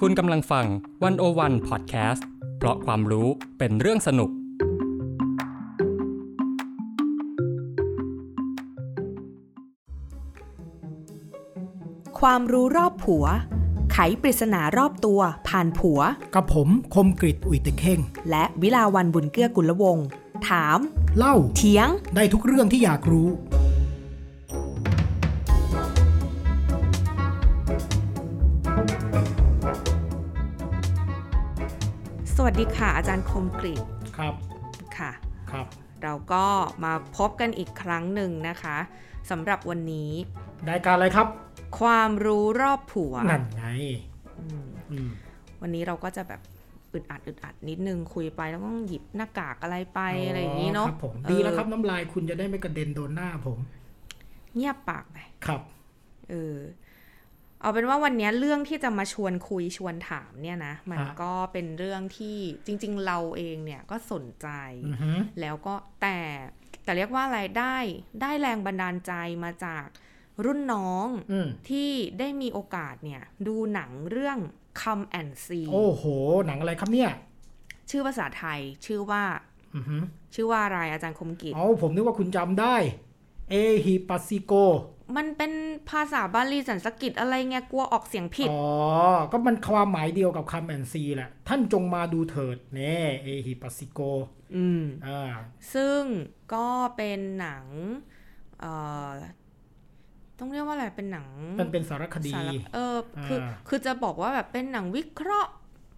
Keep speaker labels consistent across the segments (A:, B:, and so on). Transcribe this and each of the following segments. A: คุณกำลังฟังวันโอวันพอดแคสต์เพราะความรู้เป็นเรื่องสนุก
B: ความรู้รอบผัว ไขปริศนารอบตัวผ่านผัว
C: กับผมคมกริตอุ่ยตะเข่ง
B: และวิลาวันบุญเกื้อกุลวงศ์ถาม
C: เล่า
B: เถียง
C: ได้ทุกเรื่องที่อยากรู้
B: สวัสดีค่ะ อาจารย์คมกริต
C: ครับ
B: ค่ะ
C: ครับ
B: เราก็มาพบกันอีกครั้งหนึ่งนะคะสำหรับวันนี้
C: รายการอะไรครับ
B: ความรู้รอบผัว
C: นั่นไง
B: อืม
C: อืม
B: วันนี้เราก็จะแบบอึดอัดอึดอัดนิดนึงคุยไปแล้วก็ต้องหยิบหน้ากากอะไรไปอะไรอย่างนี้เนาะ
C: ครับผม
B: เออ
C: ดีแล้วครับน้ำลายคุณจะได้ไม่กระเด็นโดนหน้าผม
B: เงียบปากไป
C: ครับ
B: เออเอาเป็นว่าวันเนี้ยเรื่องที่จะมาชวนคุยชวนถามเนี่ยนะ มัน
C: ฮะ
B: ก็เป็นเรื่องที่จริง ๆ เราเองเนี่ยก็สนใจ
C: อือฮึ
B: แล้วก็แต่แต่เรียกว่าอะไรได้ได้แรงบันดาลใจมาจากรุ่นน้อง
C: อืม
B: ที่ได้มีโอกาสเนี่ย ดูหนังเรื่อง Come and See
C: โอ้โห หนังอะไรครับเนี่ย
B: ชื่อภาษาไทยชื่อว่า
C: อือฮึ
B: ชื่อว่าอะไรอาจารย์คมกิจ
C: เอาผมนึกว่าคุณจำได้ เอฮิปัสซิโก
B: มันเป็นภาษาบาลีสันสกฤตอะไรเงี้ยกลัวออกเสียงผิด
C: อ๋อ ก็มันความหมายเดียวกับคำแอนซีแหละ ท่านจงมาดูเถิดเน่เอฮิปัสซิโก
B: อืม
C: อ่า
B: ซึ่งก็เป็นหนังเอ่อต้องเรียกว่าอะไร เป็นหนัง
C: มันเป็นสารคดี
B: สารเออคืออา คือจะบอกว่าแบบเป็นหนังวิเคราะห์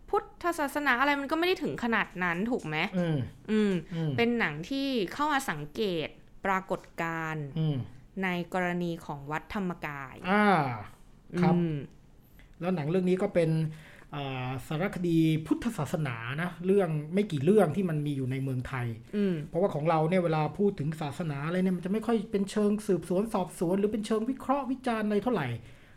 B: พุทธศาสนาอะไรมันก็ไม่ได้ถึงขนาดนั้นถูกไหม
C: อืม
B: อืม
C: อืม
B: เป็นหนังที่เข้ามาสังเกตปรากฏการณ์
C: อืม
B: ในกรณีของวัดธรรมกาย
C: อ่า ครับ
B: อืม
C: แล้วหนังเรื่องนี้ก็เป็นอ่าสารคดีพุทธศาสนานะเรื่องไม่กี่เรื่องที่มันมีอยู่ในเมืองไทย
B: อืม
C: เพราะว่าของเราเนี่ยเวลาพูดถึงศาสนาอะไรเนี่ยมันจะไม่ค่อยเป็นเชิงสืบสวนสอบสวน หรือเป็นเชิงวิเคราะห์วิจารณ์อะไรเท่าไหร่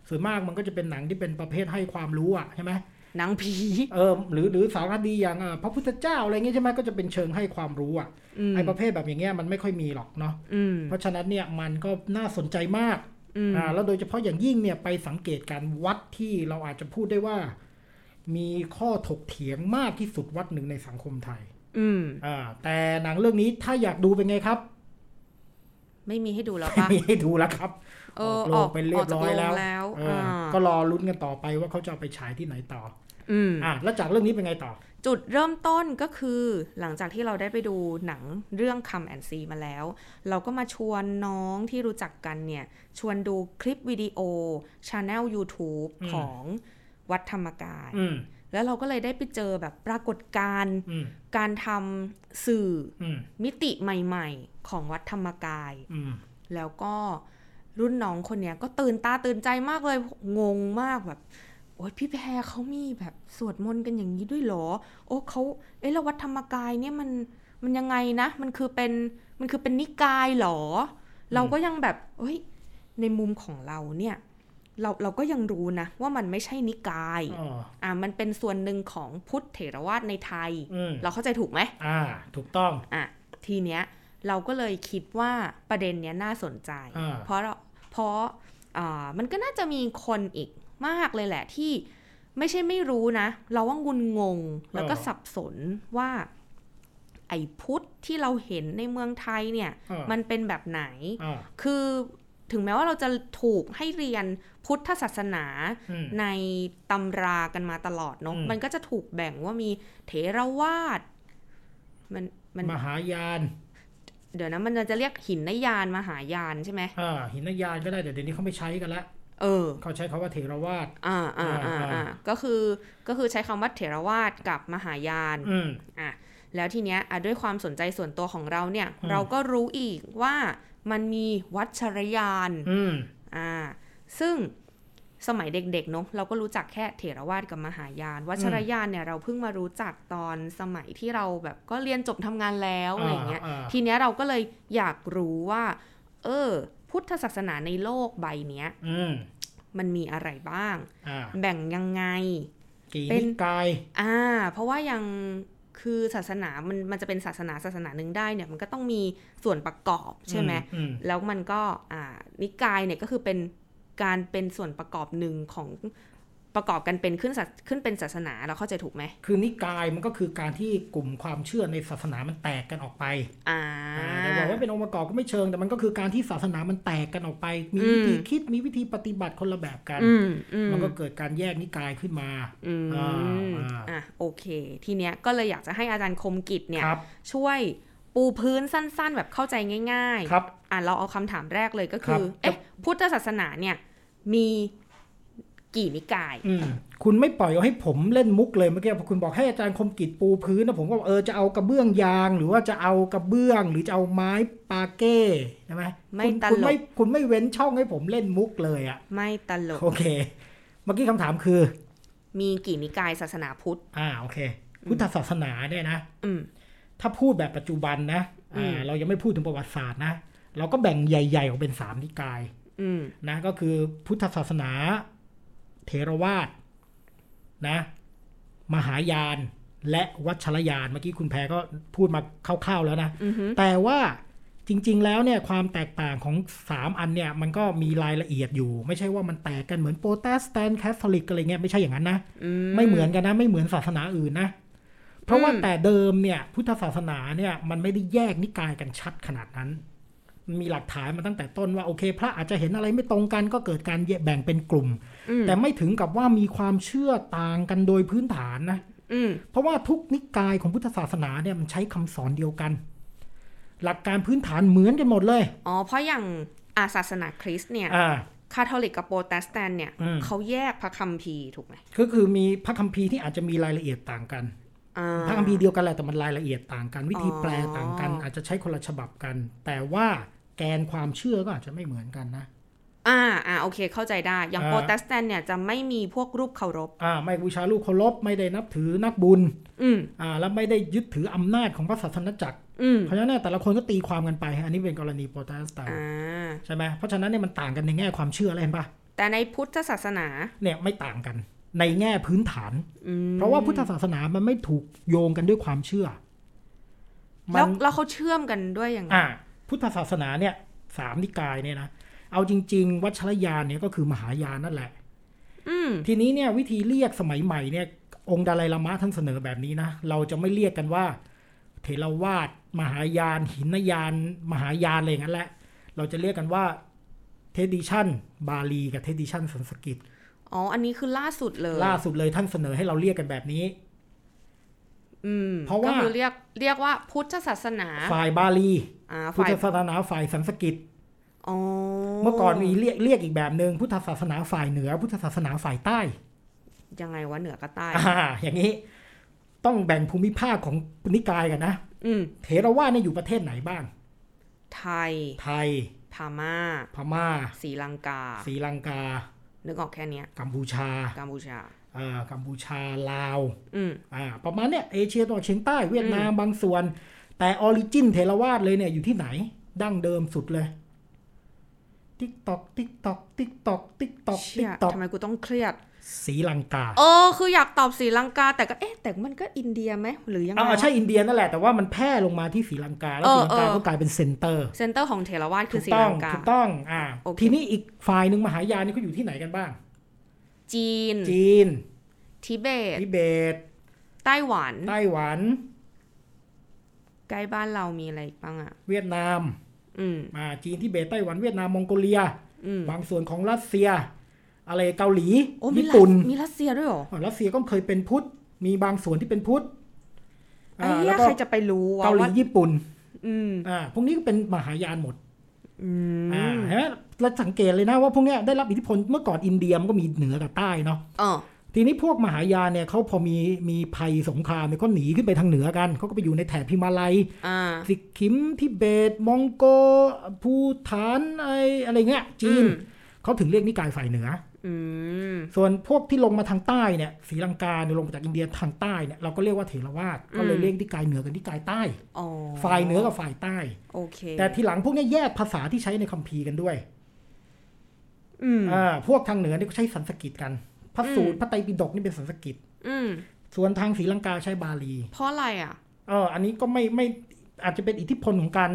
C: ส่วนมากมันก็จะเป็นหนังที่เป็นประเภทให้ความรู้อะใช่ไหม
B: หนังผี
C: เออหรือหรือสารคดีอย่างเอ่อพระพุทธเจ้าอะไรเงี้ยใช่ไหมก็จะเป็นเชิงให้ความรู้อะ
B: อืม
C: ไอประเภทแบบอย่างเงี้ยมันไม่ค่อยมีหรอกเนาะ
B: อืม
C: เพราะฉะนั้นเนี่ยมันก็น่าสนใจมาก
B: อืม
C: อ่าแล้วโดยเฉพาะอย่างยิ่งเนี่ยไปสังเกตการวัดที่เราอาจจะพูดได้ว่า มีข้อถกเถียงมากที่สุดวัดหนึ่งในสังคมไทย
B: อืม
C: อ่าแต่หนังเรื่องนี้ถ้าอยากดูเป็นไงครับ
B: ไม่มีให้ดูแล้ว
C: ไม่
B: ปะ
C: มีให้ดูแล้วครับ
B: เออ
C: โล
B: ออก ก
C: เป็นเรี
B: อย อก
C: บ
B: จาก
C: ร้อ
B: โรง
C: ยแล้ว
B: แล้ว
C: เออ
B: อ่า
C: ก็รอลุ้นกันต่อไปว่าเขาจะเอาไปฉายที่ไหนต่อ
B: อืม
C: ออ่าแล้วจากเรื่องนี้เป็นไงต่อ
B: จุดเริ่มต้นก็คือหลังจากที่เราได้ไปดูหนังเรื่องคำแอนซีมาแล้ว เราก็มาชวนน้องที่รู้จักกันเนี่ย ชวนดูคลิปวิดีโอช anel YouTube
C: อืม
B: ของวัดธรรมกาย
C: อืม
B: แล้วเราก็เลยได้ไปเจอแบบปรากฏการณ์
C: อืม
B: การทำสื่อ
C: อืม
B: มิติใหม่ๆ ของวัดธรรมกาย
C: อืม
B: แล้วก็รุ่นน้องคนเนี้ยก็ตื่นตาตื่นใจมากเลยงงมากแบบ โอ๊ยพี่แพรเขามีแบบสวดมนต์กันอย่างนี้ด้วยเหรอ โอ้เขาเอ๊ะแล้ววัดธรรมกายเนี่ยมันมันยังไงนะ มันคือเป็นมันคือเป็นนิกายเหรอ เราก็ยังแบบเอ้ยในมุมของเราเนี่ย เราเราก็ยังรู้นะ ว่ามันไม่ใช่นิกาย
C: อ๋อ
B: อ่ามันเป็นส่วนหนึ่งของพุทธเถรวาทในไทย
C: อืม
B: เราเข้าใจถูกไหม
C: อ่า ถูกต้อง
B: อ่ะทีเนี้ยเราก็เลยคิดว่าประเด็นเนี้ยน่าสนใจ
C: อ่า
B: เพราะเราเพราะอ่ามันก็น่าจะมีคนอีกมากเลยแหละที่ไม่ใช่ไม่รู้นะ เราว่างุนงงแล้วก็สับสนว่า ไอ้พุทธที่เราเห็นในเมืองไทยเนี่ย
C: เออ
B: มันเป็นแบบไหน
C: อ่า
B: คือถึงแม้ว่าเราจะถูกให้เรียนพุทธศาสนา
C: อืม
B: ในตำรากันมาตลอดเนาะ
C: อืม
B: มันก็จะถูกแบ่งว่ามีเถรวาทมันมัน
C: มหายาน
B: เดี๋ยวนะมันจะเรียกหินนยานมหายานใช่ไหม
C: อ่าหินยานก็ได้แต่เดี๋ยวนี้เขาไม่ใช้กันละ
B: เออ
C: เขาใช้คาว่าเถรวาท
B: อ่าอ่าอ่า
C: อ่า
B: อ่า
C: อ่า
B: ก็คือก็คือใช้คำว่าเถรวาทกับมหายาน
C: อืม
B: อ่ะแล้วทีเนี้ยอ่ะด้วยความสนใจส่วนตัวของเราเนี่ย
C: อืม
B: เราก็รู้อีกว่ามันมีวัชรยาน
C: อืม
B: อ่าซึ่งสมัยเด็กๆเนาะเราก็รู้จักแค่เถรวาทกับมหายาน วัชรยานเนี่ยเราเพิ่งมารู้จักตอนสมัยที่เราแบบก็เรียนจบทำงานแล้วอะไรอย่างเงี้ย
C: า
B: ทีเนี้ยเราก็เลยอยากรู้ว่า เออ พุทธศาสนาในโลกใบเนี้ย
C: อืม
B: มันมีอะไรบ้าง
C: อ่า
B: แบ่งยังไง
C: กี่
B: เป็น
C: นิกาย
B: อ่า เพราะว่ายังคือศาสนามันมันจะเป็นศาสนาศาสนาหนึ่งได้เนี่ยมันก็ต้องมีส่วนประกอบใช่ไหม
C: อืม
B: แล้วมันก็อ่านิกายเนี่ยก็คือเป็นการเป็นส่วนประกอบหนึ่งของ ประกอบกันเป็นขึ้นศาสขึ้นเป็นศาสนาเราเข้าใจถูกไหม
C: คือนิกายมันก็คือการที่กลุ่มความเชื่อในศาสนามันแตกกันออกไป
B: อ่า
C: แต่บอกว่าเป็นองค์ประกอบก็ไม่เชิง แต่มันก็คือการที่ศาสนามันแตกกันออกไป มี
B: อืม
C: วิธีคิดมีวิธีปฏิบัติคนละแบบกัน
B: อืมอืม
C: มันก็เกิดการแยกนิกายขึ้นมา
B: อืม
C: อ่าอ่า
B: อ่ะโอเค ทีเนี้ยก็เลยอยากจะให้อาจารย์คมกิจเนี่ย
C: ครับ
B: ช่วยปูพื้นสั้นๆ แบบเข้าใจง่าย
C: ครับ
B: ๆ อ่ะเราเอาคำถามแรกเลยก็คือ
C: ครับ
B: เอ๊ะพุทธศาสนาเนี่ย มีกี่นิกาย
C: อืมคุณไม่ปล่อยเอาให้ผมเล่นมุกเลยเมื่อกี้พอคุณบอกให้อาจารย์คมกิจปูพื้นนะผมก็บอกเออจะเอากระเบื้องยาง หรือว่าจะเอากระเบื้อง หรือจะเอาไม้ปาเก้ใช่ไหม
B: ไม่
C: คุณ
B: ตลก
C: คุณไม่คุณไม่เว้นช่องให้ผมเล่นมุกเลยอะ
B: ไม่ตลก
C: โอเค เมื่อกี้คำถามคือ
B: มีกี่นิกายศาสนาพุทธ
C: อ่าโอเค พุทธศาสนาเนี่ยนะ
B: อืม
C: ถ้าพูดแบบปัจจุบันนะ
B: อืม
C: อ่าเรายังไม่พูดถึงประวัติศาสตร์นะ เราก็แบ่งใหญ่ๆออกเป็นสามนิกาย
B: อืม
C: นะก็คือพุทธศาสนา เทรวาสนะ มหายานและวัชรยานเมื่อกี้คุณแพรก็พูดมาคร่าวๆแล้วนะ
B: อือฮึ
C: แต่ว่าจริงๆแล้วเนี่ยความแตกต่างของ 3 อันเนี่ยมันก็มีรายละเอียดอยู่ ไม่ใช่ว่ามันแตกกันเหมือนโปรเตสแตนต์แคทอลิกอะไรเงี้ยไม่ใช่อย่างนั้นนะ
B: อื
C: ไม่เหมือนกันนะไม่เหมือนศาสนาอื่นนะ เพราะว่าแต่เดิมเนี่ยพุทธศาสนาเนี่ยมันไม่ได้แยกนิกายกันชัดขนาดนั้นมันมีหลักฐานมาตั้งแต่ต้นว่าโอเค พระอาจจะเห็นอะไรไม่ตรงกันก็เกิดการแบ่งเป็นกลุ่ม
B: อืม
C: แต่ไม่ถึงกับว่ามีความเชื่อต่างกันโดยพื้นฐานนะ
B: อืม
C: เพราะว่าทุกนิกายของพุทธศาสนาเนี่ยมันใช้คำสอนเดียวกัน หลักการพื้นฐานเหมือนกันหมดเลย
B: อ๋อ เพราะอย่างอาศาสนาคริสต์เนี่ย
C: อ่า
B: คาทอลิกกับโปรเตสแตนต์เนี่ย
C: อืม
B: เขาแยกพระคัมภีร์ถูกไหม
C: ก็คือมีพระคัมภีร์ที่อาจจะมีรายละเอียดต่างกัน
B: อ่า
C: พระคัมภีร์เดียวกันแหละแต่มันรายละเอียดต่างกัน วิธีแปลต่างกัน
B: อ๋ออ
C: อาจจะใช้คนละฉบับกัน แต่ว่าแกนความเชื่อก็อาจจะไม่เหมือนกันนะ
B: อ่า อ่า โอเค เข้าใจได้ อย่าง
C: อ่า
B: โปรเตสแตนต์เนี่ยจะไม่มีพวกรูปเคารพ
C: อ่าไม่บูชาลูกเคารพไม่ได้นับถือนักบุญ
B: อืม
C: อ่าและไม่ได้ยึดถืออำนาจของพระศาสนาจักร
B: อืม
C: เพราะฉะนั้นเนี่ยแต่ละคนก็ตีความกันไปอันนี้เป็นกรณีโปรเตสแตน
B: อ่
C: ต์
B: า
C: ใช่ไหมเพราะฉะนั้นเนี่ยมันต่างกันในแง่ความเชื่ออะไรเห็นปะ
B: แต่ในพุทธศาสนา
C: เนี่ยไม่ต่างกันในแง่พื้นฐาน
B: อืม
C: เพราะว่าพุทธศาสนามันไม่ถูกโยงกันด้วยความเชื่อมั
B: แล้ว
C: น
B: แล้วเขาเชื่อมกันด้วยยังไง
C: อ่าพุทธศาสนาเนี่ยสามนิกายเนี่ยนะเอาจริง ๆ วัชรยานเนี่ยก็คือมหายานนั่นแหละ
B: อืม
C: ทีนี้เนี่ยวิธีเรียกสมัยใหม่เนี่ยองค์ดาไลลามะท่านเสนอแบบนี้นะเราจะไม่เรียกกันว่า เทรวาสมหายาน หินยาน มหายานอะไรอย่างนั้นแหละ เราจะเรียกกันว่าเทดิชันบาลีกับเทดิชันสันสกฤต
B: อ๋อ อันนี้คือล่าสุดเลย
C: ล่าสุดเลยท่านเสนอให้เราเรียกกันแบบนี้
B: อืม
C: เพราะว่า
B: ก็คือเรียกเรียกว่าพุทธศาสนา
C: ฝ่ายบาลี
B: อ่า
C: พุท
B: ฝ่าย
C: ธศาสนาฝ่ายสันสกฤต
B: อ๋อ
C: เมื่อก่อนมีเรียกเรียกอีกแบบหนึ่งพุทธศาสนาฝ่ายเหนือ พุทธศาสนาฝ่ายใต้
B: ยังไงวะเหนือกับใต้
C: อ่าอย่างนี้ต้องแบ่งภูมิภาคของนิกายกันนะ
B: อืม
C: เทรวาสเนี่ยอยู่ประเทศไหนบ้าง
B: ไทย
C: ไทย
B: พม่า
C: พมา่า
B: ศรีลังกา
C: ศรีลังกา
B: นึกออกแค่เนี้ย
C: กัมพูชา
B: กัมพูชา
C: อ่ากัมพูชาลาว
B: อืม
C: อ่าประมาณเนี้ยเอเชียตะวันออกเฉียงใต้เวียดนามบางส่วน แต่ออริจินเทรวาสเลยเนี่ยอยู่ที่ไหน ดั้งเดิมสุดเลย ติ๊กตอกติ๊กตอกติ๊กตอกติ๊กตอก
B: เชี่
C: ติ๊
B: ย
C: กตอก
B: ทำไมกูต้องเครียด
C: ศรีลังกา
B: เออ คืออยากตอบศรีลังกา แต่ก็เอ๊ะ แต่มันก็อินเดียไหมหรือยังไง
C: เอา
B: วะ
C: ใช่อินเดียนั่นแหละแต่ว่ามันแพร่ลงมาที่ศรีลังกาแล้ว
B: เอ
C: ศรี
B: อ
C: ลังกา
B: เออ
C: ก็กลายเป็นเซ็นเตอร์
B: เซนเตอร์ของเทรวาสคื
C: ถู
B: อก ศรี
C: ต้อ
B: ลั
C: ง
B: งกา
C: ถูกต้องอ่า
B: โอเค
C: ทีนี้อีกฝ่ายหนึ่งมหายานนี่เขาอยู่ที่ไหนกันบ้าง
B: จีน
C: จีน
B: ทิเบต
C: ทิเบต
B: ไต้หวัน
C: ไต้หวัน
B: ใกล้บ้านเรามีอะไรอีกบ้างอ่ะ
C: เวียดนาม
B: อืม
C: อ่าจีนทิเบตไต้หวันเวียดนามมองโกเลีย
B: อืม
C: บางส่วนของรัสเซีย อะไรเกาหลี
B: โอ้มี
C: ญี่
B: รัส
C: ปุ่น
B: มีรัสเซียด้วยเหรอ
C: อ่ารัสเซียก็เคยเป็นพุทธ มีบางส่วนที่เป็นพุทธ
B: ไอ้
C: อ่า
B: เหี้
C: แล้
B: ยว
C: ก็
B: ใครจะไปรู้วะ
C: เกาหลี
B: ว่า
C: ญี่ปุ่น
B: อืม
C: อ่าพวกนี้ก็เป็นมหายานหมด
B: อืม
C: อ่าเห็นไหมเราสังเกตเลยนะว่าพวกเนี้ยได้รับอิทธิพลเมื่อก่อนอินเดียมันก็มีเหนือกับใต้เนาะ
B: เออ
C: ทีนี้พวกมหายานเนี่ยเขาพอมีมีภัยสงครามเนี่ยเขาหนีขึ้นไปทางเหนือกันเขาก็ไปอยู่ในแถบพิมาลัย
B: อ่า
C: สิคิมทิเบต มองโกภูฐานไออะไรเงี้ยจีน
B: อืม
C: เขาถึงเรียกนิกายฝ่ายเหนือ
B: อืม
C: ส่วนพวกที่ลงมาทางใต้เนี่ยศรีลังกาเนี่ยลงมาจากอินเดียทางใต้เนี่ยเราก็เรียกว่าเถรวาทก็เลยเรียกนิกายเหนือกับนิกายใต้
B: อ๋อ
C: ฝ่ายเหนือกับฝ่ายใต้
B: โอเค
C: แต่ทีหลังพวกเนี้แยกภาษาที่ใช้ในคัมภีร์กันด้วย
B: อืม
C: อ่าพวกทางเหนือเนี่ยเขาใช้สันสกฤตกันพระสูต
B: อื
C: ร
B: ม
C: พระไตรปิฎกนี่เป็นสันสกฤต
B: อืม
C: ส่วนทางศรีลังกาใช้บาลี
B: เพราะอะไรอ่ะ
C: เอออันนี้ก็ไม่ไม่อาจจะเป็นอิทธิพลของการ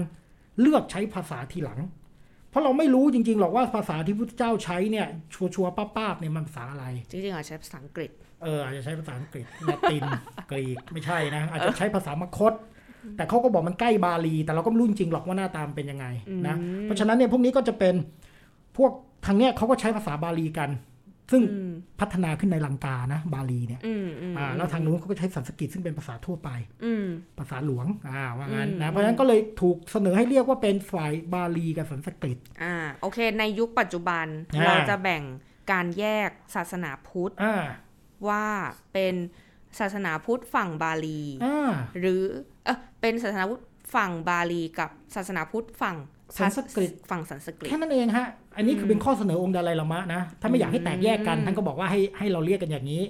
C: เลือกใช้ภาษาทีหลัง เพราะเราไม่รู้จริงๆหรอกว่าภาษาที่พุทธเจ้าใช้เนี่ยชัวร์ๆป้าบๆเนี่ยมันภาษาอะไร
B: จริงๆอ่ะใช้ภาษาอังกฤษ
C: เอออาจจะใช้ภาษาอังกฤษลา ติน กรีกไม่ใช่นะ อาจจะใช้ภาษามคต แต่เขาก็บอกมันใกล้บาลี แต่เราก็ไม่รู้จริงๆหรอกว่าหน้าตามนเป็นยังไงนะ
B: อืม
C: เพราะฉะนั้นเนี่ยพวกนี้ก็จะเป็นพวกทางเนี้ยเขาก็ใช้ภาษาบาลีกัน ซึ่ง
B: อืม
C: พัฒนาขึ้นในลังกานะ บาลีเนี่ย
B: อืมอืม
C: อ่าแล้วทางนู้นเขาก็ใช้สันสกฤตซึ่งเป็นภาษาทั่วไป
B: อืม
C: ภาษาหลวงอ่าว่างั้น
B: อื
C: นะ
B: ม
C: เพราะฉะนั้นก็เลยถูกเสนอให้เรียกว่าเป็นฝ่ายบาลีกับสันสกฤต
B: อ่าโอเค ในยุคปัจจุบัน
C: อ่า
B: เราจะแบ่งการแยกศาสนาพุทธ
C: อ่า
B: ว่าเป็นศาสนาพุทธฝั่งบาลี
C: อ่า
B: หรือเออเป็นศาสนาพุทธฝั่งบาลีกับศาสนาพุทธฝั่ง
C: สันสกฤต
B: ฝั่งสันสกฤต
C: แค่นั้นเองฮะ อันนี้คือเป็นข้อเสนอองค์ดาไลลามะนะ ถ้าไม่อยากให้แตกแยกกัน
B: อืม
C: ท่านก็บอกว่าให้ให้เราเรียกกันอย่างนี้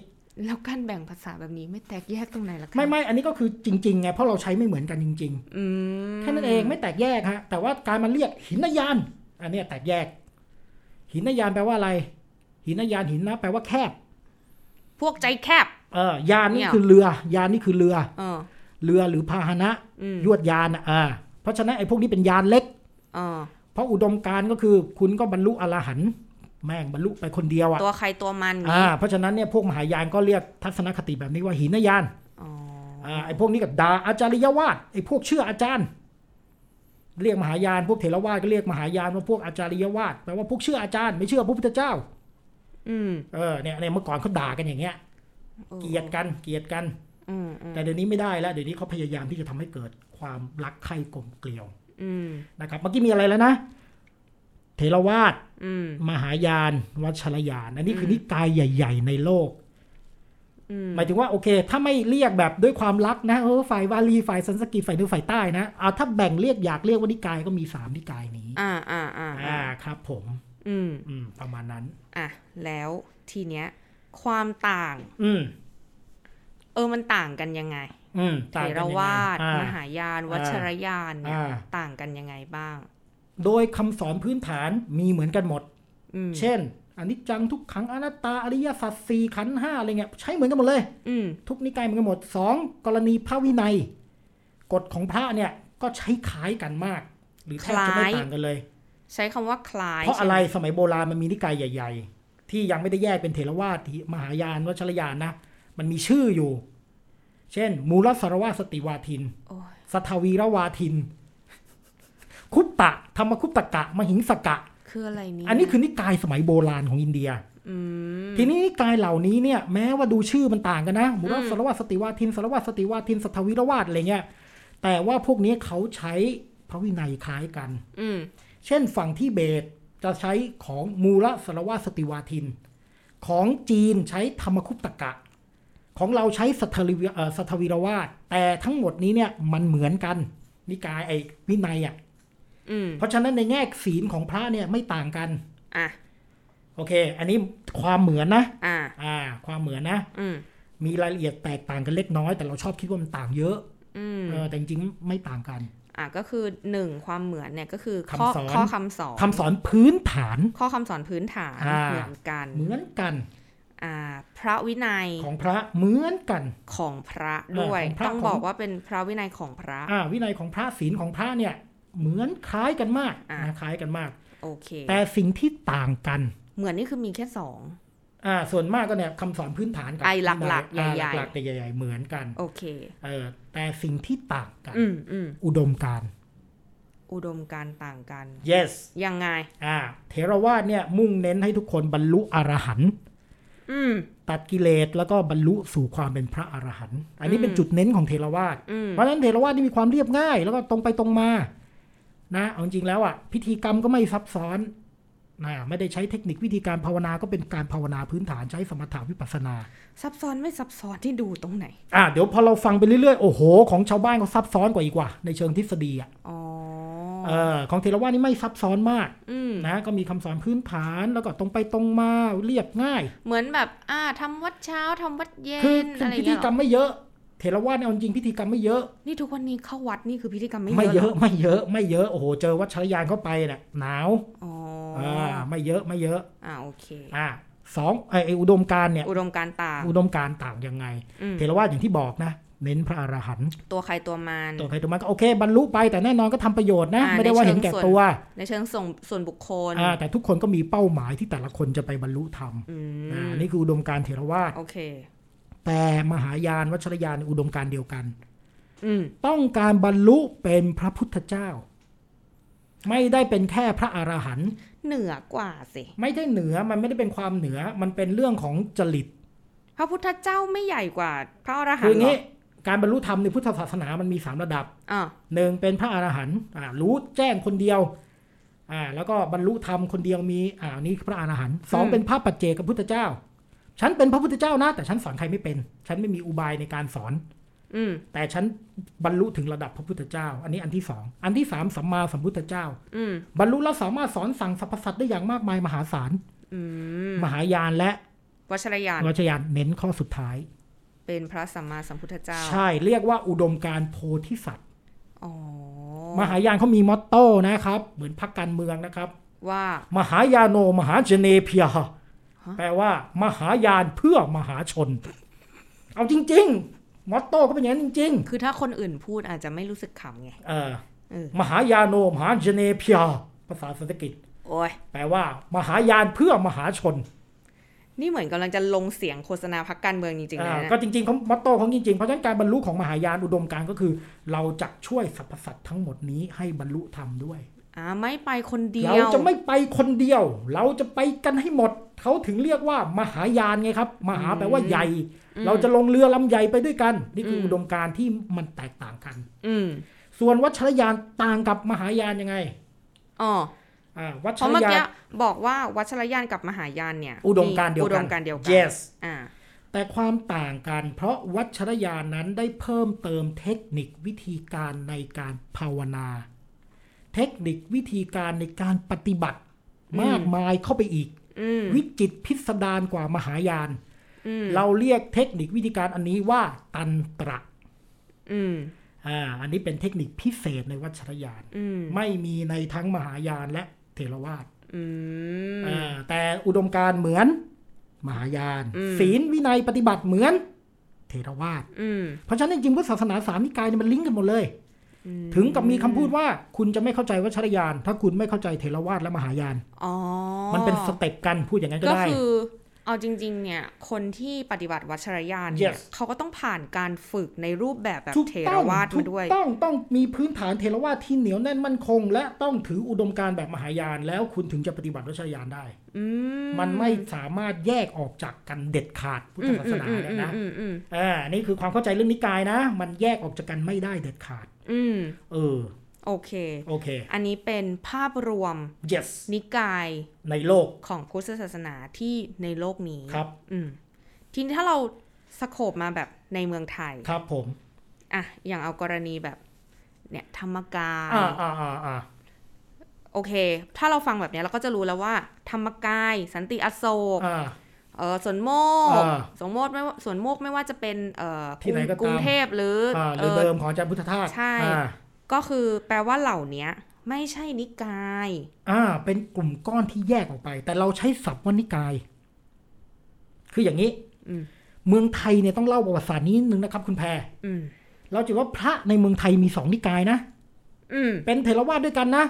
B: แล้วการแบ่งภาษาแบบนี้ไม่แตกแยกตรงไหนล่ะคะ
C: ไม่ไม่อันนี้ก็คือจริงๆไง เพราะเราใช้ไม่เหมือนกันจริง
B: อืม
C: ๆ แค่นั้นเองไม่แตกแยกฮะ แต่ว่าการมาเรียกหินยาน อันเนี้ยแตกแยก หินยานแปลว่าอะไร หินยานหินนะแปลว่าแคบ
B: พวกใจแคบ
C: เออยานนี่
B: เนี่ย
C: คือเรือ ยานนี่คือเรือ
B: เออ
C: เรือหรือพาหนะ
B: อืม
C: ยวดยานอ่ะอ่าเพราะฉะนั้นไอ้พวกนี้เป็นยานเล็ก
B: เออ
C: เพราะอุดมการณ์ก็คือคุณก็บรรลุอรหันต์แม่งบรรลุไปคนเดียวอ่ะ
B: ตัวใครตัวมันอย่าง
C: อ่า
B: งี้
C: เพราะฉะนั้นเนี่ยพวกมหายานก็เรียกทัศนคติแบบนี้ว่าหินยาน
B: อ๋อ
C: อ่าไอ้พวกนี้กับดาอาจาริยวาดไอ้พวกเชื่ออาจารย์ เรียกมหายานพวกเถรวาดก็เรียกมหายานว่าพวกอาจาริยวาดแปลว่าพวกเชื่ออาจารย์ไม่เชื่อพระพุทธเจ้า
B: อืม
C: เออเนี่ยเนี่ยเมื่อก่อนเขาด่ากันอย่างเงี้ย
B: ออ
C: เกลียดกันเกลียดกัน
B: อืมอืม
C: แต่เดี๋ยวนี้ไม่ได้แล้วเดี๋ยวนี้เขาพยายามที่จะทำให้เกิดความรักใคร่กลมเกลียว
B: อืม
C: นะครับเมื่อกี้มีอะไรแล้วนะเถรวาด
B: อืม
C: มหายาน วัชรยาน อันนี้คือนิกายใหญ่ ๆ ในโลก
B: อืม
C: หมายถึงว่าโอเค ถ้าไม่เรียกแบบด้วยความรักนะเออฝ่ายบาลีฝ่ายสันสกฤตฝ่ายเหนือฝ่ายใต้นะเอาถ้าแบ่งเรียกอยากเรียกว่านิกายก็มีสามนิกายนี้
B: อ่าอ่าอ่า
C: อ่าครับผม
B: อืม
C: อืมประมาณนั้น
B: อ่ะแล้วทีเนี้ยความต่าง
C: อืม
B: เออมันต่างกันยังไง
C: อืม
B: เถ
C: ต่างกัน
B: ร
C: ยังไง
B: วาท
C: อ่า
B: มหายาน วัชรยานเนี่ย
C: อ่า
B: ต่างกันยังไงบ้าง
C: โดยคำสอนพื้นฐานมีเหมือนกันหมด
B: อืม
C: เช่นอนิจจังทุกขังอนัตตาอริยสัจสี่ขันธ์ห้าอะไรเงี้ยใช้เหมือนกันหมดเลย
B: อืม
C: ทุกนิกายเหมือนกันหมดสองกรณีพระวินัย กฎของพระเนี่ยก็ใช้คล้ายกันมาก หรือแทบจะไม่ต่างกันเลย
B: ใช้คำว่าคล้าย
C: เพราะอะไร
B: ใช่หม
C: สมัยโบราณมันมีนิกายใหญ่ ๆ ที่ยังไม่ได้แยกเป็นเถรวาทที่มหายานวัชรยานนะ มันมีชื่ออยู่ เช่น มูลสารวาสติวาทิน
B: โอ้ย
C: สัทธวีระวาทิน คุปตะ ธรรมคุปตกะ มหิงสกะ
B: คืออะไรนี้
C: อันนี้คือนิกายสมัยโบราณของอินเดีย
B: ม
C: ทีนี้นิกายเหล่านี้เนี่ยแม้ว่าดูชื่อมันต่างกันนะมูลสารวาสติวาทินสารวาสติวาทินสัทธวีระวาทอะไรเงี้ย แต่ว่าพวกนี้เขาใช้พระวินัยคล้ายกัน
B: อืม
C: เช่นฝั่งที่เบตจะใช้ของมูลสารวาสติวาทิน ของจีนใช้ธรรมคุปตกะ ของเราใช้สัทธริวเอ่อสัทธวีรวาทแต่ทั้งหมดนี้เนี่ยมันเหมือนกัน นิกายไอ้วินัยอ่ะ
B: อืม
C: เพราะฉะนั้นในแง่ศีลของพระเนี่ยไม่ต่างกัน
B: อ่ะ
C: โอเค อันนี้ความเหมือนนะ
B: อ่ะ
C: อ่า ความเหมือนนะ
B: อืม
C: มีรายละเอียดแตกต่างกันเล็กน้อย แต่เราชอบคิดว่ามันต่างเยอะ
B: อืม
C: เออแต่จริงๆไม่ต่างกัน
B: อ่ะก็คือหนึ่งความเหมือนเนี่ยก็คือข้อ
C: คำสอน
B: ข้อคำสอน
C: คำสอนพื้นฐาน
B: ข้อคำสอนพื้นฐาน
C: อ่า
B: เหมือนกัน
C: เหมือนกัน
B: อ่าพระวินัย
C: ของพระเหมือนกัน
B: ของพระด้วย
C: เออของพระ
B: ต้อง
C: ของ
B: บอกว่าเป็นพระวินัยของพระ
C: อ่าวินัยของพระศีลของพระเนี่ยเหมือนคล้ายกันมาก
B: อ่ะ
C: นะคล้ายกันมาก
B: โอเค
C: แต่สิ่งที่ต่างกัน
B: เหมือนนี่คือมีแค่สอง
C: อ่าส่วนมากก็เนี่ยคำสอนพื้นฐานกั
B: ไอ้หลักๆ
C: วินัย
B: ใหญ่ๆ
C: อ่าหลักๆแต่ใหญ่ ๆ เหมือนกัน
B: โอเค
C: เออแต่สิ่งที่ต่างกัน
B: อืมอืม
C: อุดมการณ์
B: อุดมการณ์ต่างกัน
C: yes
B: ยังไง
C: อ่าเทรวาสเนี่ยมุ่งเน้นให้ทุกคนบรรลุอรหันต์
B: อืม
C: ตัดกิเลสแล้วก็บรรลุสู่ความเป็นพระอรหันต์อันนี้เป็นจุดเน้นของเทรวาส
B: อืม
C: เพราะฉะนั้นเถรวาทนี่มีความเรียบง่าย แล้วก็ตรงไปตรงมา นะเอาจริงๆแล้วอ่ะพิธีกรรมก็ไม่ซับซ้อนนะไม่ได้ใช้เทคนิควิธีการภาวนาก็เป็นการภาวนาพื้นฐานใช้สมถะวิปัสสนา
B: ซับซ้อนไม่ซับซ้อนที่ดูตรงไหน
C: อ่ะเดี๋ยวพอเราฟังไปเรื่อยๆ โอ้โห ของชาวบ้านก็ซับซ้อนกว่าอีกว่า ในเชิงทฤษฎีอ่ะ
B: อ๋อ
C: เออของเทรวาทนี่ไม่ซับซ้อนมาก
B: อืม
C: นะก็มีคำสอนพื้นฐานแล้วก็ตรงไปตรงมาเรียบง่าย
B: เหมือนแบบ อ่าทำวัดเช้าทำวัดเย็
C: คือน คือ
B: อะไรอ
C: พิ
B: ย่าง
C: ธี
B: เงี้ยเหร
C: กรร
B: อ
C: มไม่เยอะเทรวาทเนี่ยเอาจริงๆพิธีกรรมไม่เยอะ
B: นี่ทุกวันนี้เข้าวัดนี่คือพิธีกรรมไม่
C: ไม่
B: เย
C: เย
B: อะ
C: อะไม่เยอะไม่เยอะโอ้โหเจอวัดชรยานเข้าไปเนี่ยหนาว
B: อ๋อ
C: อ่าไม่เยอะไม่เยอะ
B: อ่าโอเค
C: อ่าสองไอไอ้อุดมการณ์เนี่ย
B: อุดมการณ์ต่าง
C: อุดมการณ์ต่างยังไง
B: อืม
C: เทรวาสอย่างที่บอกนะ เน้นพระอรหันต์
B: ตัวใครตัวมัน
C: ตัวใครตัวมันก็โอเค บรรลุไปแต่แน่นอนก็ทำประโยชน์นะ
B: อ่า
C: ไม่ได้ว่าเห็นแก่
B: ในเชิงส่วน
C: ตัว
B: ในเชิงส่งส่วนบุคคล
C: อ่าแต่ทุกคนก็มีเป้าหมายที่แต่ละคนจะไปบรรลุธรรม
B: อืม
C: อ่าอันนี่คืออุดมการณ์เถรวาท
B: โอเค
C: แต่มหายานวัชรยานอุดมการณ์เดียวกัน
B: อืม
C: ต้องการบรรลุเป็นพระพุทธเจ้า ไม่ได้เป็นแค่พระอรหันต์
B: เหนือกว่าสิ
C: ไม่ได้เหนือมันไม่ได้เป็นความเหนือมันเป็นเรื่องของจริต
B: พระพุทธเจ้าไม่ใหญ่กว่าพระอรหั
C: คื
B: น
C: อ
B: ต์
C: อ
B: เหรอ
C: ย่างนี้การบรรลุธรรมในพุทธศาสนามันมีสามระดับ
B: อ่ะ
C: หนึ่งเป็นพระอรหันต์อ่ารู้แจ้งคนเดียวอ่าแล้วก็บรรลุธรรมคนเดียวมีอ่านี่พระอรหันต์สองเป็นพระปัจเจกพุทธเจ้า ฉันเป็นพระพุทธเจ้านะ แต่ฉันสอนใครไม่เป็น ฉันไม่มีอุบายในการสอน
B: อืม
C: แต่ฉันบรรลุถึงระดับพระพุทธเจ้า อันนี้อันที่สองอันที่สามสัมมาสัมพุทธเจ้า
B: อืม
C: บรรลุแล้วสามารถสอนสั่งสรรพสัตว์ได้อย่างมากมายมหาศาล
B: อืม
C: มหายานและ
B: วัชรยาน
C: วัชยานเน้นข้อสุดท้าย
B: เป็นพระสัมมาสัมพุทธเจ้า
C: ใช่เรียกว่าอุดมการณ์โพธิสัตว์
B: อ๋อ
C: มหายานเขามีมอตโต้นะครับ เหมือนพรรคการเมืองนะครับ
B: ว่า
C: มหายาโนมหาเจเนเพียแปลว่า มหายานเพื่อมหาชน เอาจริง ๆ มอตโต้ก็เป็นอย่างนั้นจริง
B: คือถ้าคนอื่นพูดอาจจะไม่รู้สึกขำไง
C: ๆ เออ
B: เออ
C: มหายาโนมหาเจเนเพียภาษาสันสกฤต
B: โอ้ย
C: แปลว่า มหายานเพื่อมหาชน
B: นี่เหมือนกำลังจะลงเสียงโฆษณาพักการเมืองจริงๆ
C: อ่า
B: นะ
C: ก็จริงๆเขามอตโต้ของจริงๆ เพราะฉะนั้นการบรรลุของมหายานอุดมการณ์ก็คือ เราจะช่วยสรรพสัตว์ทั้งหมดนี้ให้บรรลุธรรมด้วย
B: อ่าไม่ไปคนเดียว
C: เราจะไม่ไปคนเดียว เราจะไปกันให้หมด เขาถึงเรียกว่ามหายานไงครับ มหาแปลว่าใหญ่ เราจะลงเรือลำใหญ่ไปด้วยกัน นี่คืออ
B: ม
C: อุดมการณ์ที่มันแตกต่างกัน
B: อืม
C: ส่วนวัชรยานต่างกับมหายานยังไง
B: อ๋อ
C: อ่าวัช
B: เพราะเมื่อย
C: รา
B: กี้
C: น
B: บอกว่าวัชรยานกับมหายานเนี่ย
C: อุดมการณ์เดียวกัน
B: อุดมการณ์เดียวกัน
C: Yes
B: อ่า
C: แต่ความต่างกัน เพราะวัชรยานนั้นได้เพิ่มเติมเทคนิควิธีการในการภาวนา เทคนิควิธีการในการปฏิบัติ มากมายเข้าไปอีก
B: อืม
C: วิจิตรพิสดารกว่ามหายาน
B: อืม
C: เราเรียกเทคนิควิธีการอันนี้ว่าตันตระ
B: อืม
C: อ่าอันนี้เป็นเทคนิคพิเศษในวัชรยาน
B: อืม
C: ไม่มีในทั้งมหายานและเทรวาส
B: อืม
C: อ่าแต่อุดมการณ์เหมือนมหายาน
B: อืม
C: ศีลวินัยปฏิบัติเหมือนเทรวาส
B: อืม
C: เพราะฉะนั้นจริงๆพุทธศาสนาสามนิกายเนี่ยมันลิงก์กันหมดเลย ถึงกับมีคำพูดว่าคุณจะไม่เข้าใจวัชรยาน ถ้าคุณไม่เข้าใจเทรวาสและมหายาน
B: อ๋อ
C: มันเป็นสเต็ปกันพูดอย่างนั้นก็
B: ก็
C: ได้
B: คือเอาจริง ๆ เนี่ย คนที่ปฏิบัติวัชรยานเนี่ย
C: Yes
B: เขาก็ต้องผ่านการฝึกในรูปแบบแบบ
C: ถูก
B: เทร
C: ต้อง
B: วาท
C: ถู
B: มาก ด้วย
C: ต้องต้องมีพื้นฐานเทรวาทที่เหนียวแน่นมั่นคง และต้องถืออุดมการณ์แบบมหายาน แล้วคุณถึงจะปฏิบัติวัชรยานได้
B: อื
C: มันไม่สามารถแยกออกจากกันเด็ดขาดพุทธศาสนาเนี่ยนะ
B: อืมอืม
C: อ่านี่คือความเข้าใจเรื่องนิกายนะ มันแยกออกจากกันไม่ได้เด็ดขาด
B: อืม
C: เออ
B: โอเค
C: โอเค
B: อันนี้เป็นภาพรวม
C: yes
B: นิกาย
C: ในโลก
B: ของพุทธศาสนาที่ในโลกนี้
C: ครับ
B: อืมทีนี้ถ้าเราสโคบมาแบบในเมืองไทย
C: ครับผม
B: อ่ะ อย่างเอากรณีแบบ เนี่ยธรรมกาย
C: อ่าอ่าอ่าอ่า
B: โอเค ถ้าเราฟังแบบเนี้ยเราก็จะรู้แล้วว่า ธรรมกาย สันติอโศก
C: อ่า
B: เออสวนโมก
C: อ่า
B: สวนโมกไม่ว่าสวนโมกไม่ว่าจะเป็นเอ่อ
C: ที่ไหนก็ตาม
B: กรุงเทพหรืออ
C: อ่าห
B: เอ
C: รือ
B: อ
C: เดิมของอาจารย์พุทธทาส
B: ใช่
C: อ่า
B: ก็คือแปลว่าเหล่าเนี้ย ไม่ใช่นิกาย
C: อ่าเป็นกลุ่มก้อนที่แยกออกไป แต่เราใช้ศัพท์ว่านิกาย คืออย่างนี้
B: อืม
C: เมืองไทยเนี่ยต้องเล่าประวัติศาสตร์นี้นิดนึงนะครับ คุณแพร
B: อืม
C: เราจะว่าพระในเมืองไทยมีสองนิกายนะ
B: อืม
C: เป็นเทรวาสด้วยกันนะ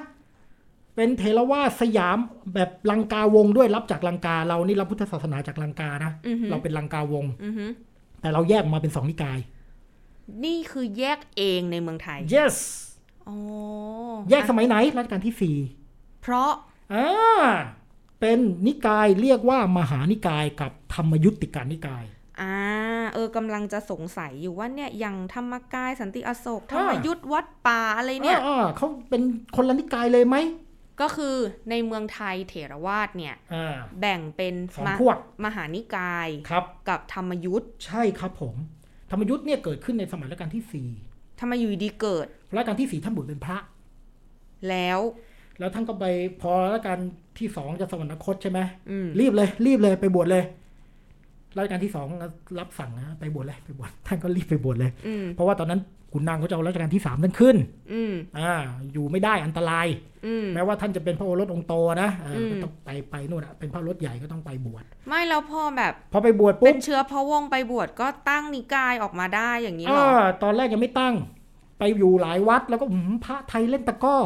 C: เป็นเทรวาสสยามแบบลังกาวงด้วยรับจากลังกา เรานี่รับพุทธศาสนาจากลังกานะ
B: อือฮึ
C: เราเป็นลังกาวง
B: อือหือ
C: แต่เราแยกออกมาเป็นสองนิกาย
B: นี่คือแยกเองในเมืองไทย
C: yes
B: อ๋อ
C: แยกสมัยไหนรัชกาลที่สี่
B: เพราะ
C: อ่าเป็นนิกายเรียกว่ามหานิกายกับธรรมยุติการนิกาย
B: อ่า เออกำลังจะสงสัยอยู่ว่าเนี่ย อย่างธรรมกายสันติอโศก ธ
C: อ่า
B: รรมยุทธวัดป่าอะไรเนี่ย
C: อ่าๆเขาเป็นคนละนิกายเลยไหม
B: ก็คือในเมืองไทยเถรวาทเนี่ย
C: อ่า
B: แบ่งเป็น
C: สอง
B: มา
C: พวก
B: มหานิกาย
C: ครับ
B: กับธรรมยุทธ
C: ใช่ครับผม ธรรมยุทธ์เนี่ยเกิดขึ้นในสมัยรัชกาลที่สี่
B: ทำไมอยู่ดีเกิด
C: รัชกาลที่สี่ท่านบวชเป็นพระ
B: แล้ว
C: แล้วท่านก็ไปพอรัชกาลที่สองจะสวรรคตใช่ไหม
B: อืม
C: รีบเลย รีบเลยไปบวชเลยรัชกาลที่สองรับสั่งนะไปบวชเลยไปบวชท่านก็รีบไปบวชเลย
B: อืม
C: เพราะว่าตอนนั้น ขุนนางเขาจะเอารัชกาลที่สามท่านขึ้น
B: อืม
C: อ่าอยู่ไม่ได้อันตราย
B: อืม
C: แม้ว่าท่านจะเป็นพระโอรสองค์โตนะเอออ
B: ม
C: ก็ต้องไปไปนู่นอะเป็นพระโอรสใหญ่ก็ต้องไปบวช
B: ไม่แล้วพอแบบ
C: พอไปบวช
B: เป็
C: ปุ๊บ
B: นเชื้อพระวงศ์ไปบวชก็ตั้งนิกายออกมาได้อย่างนี้เหร
C: อ่า
B: อ
C: ตอนแรกยังไม่ตั้ง ไปอยู่หลายวัดแล้วก็หืมพระไทยเล่นตะกร้อ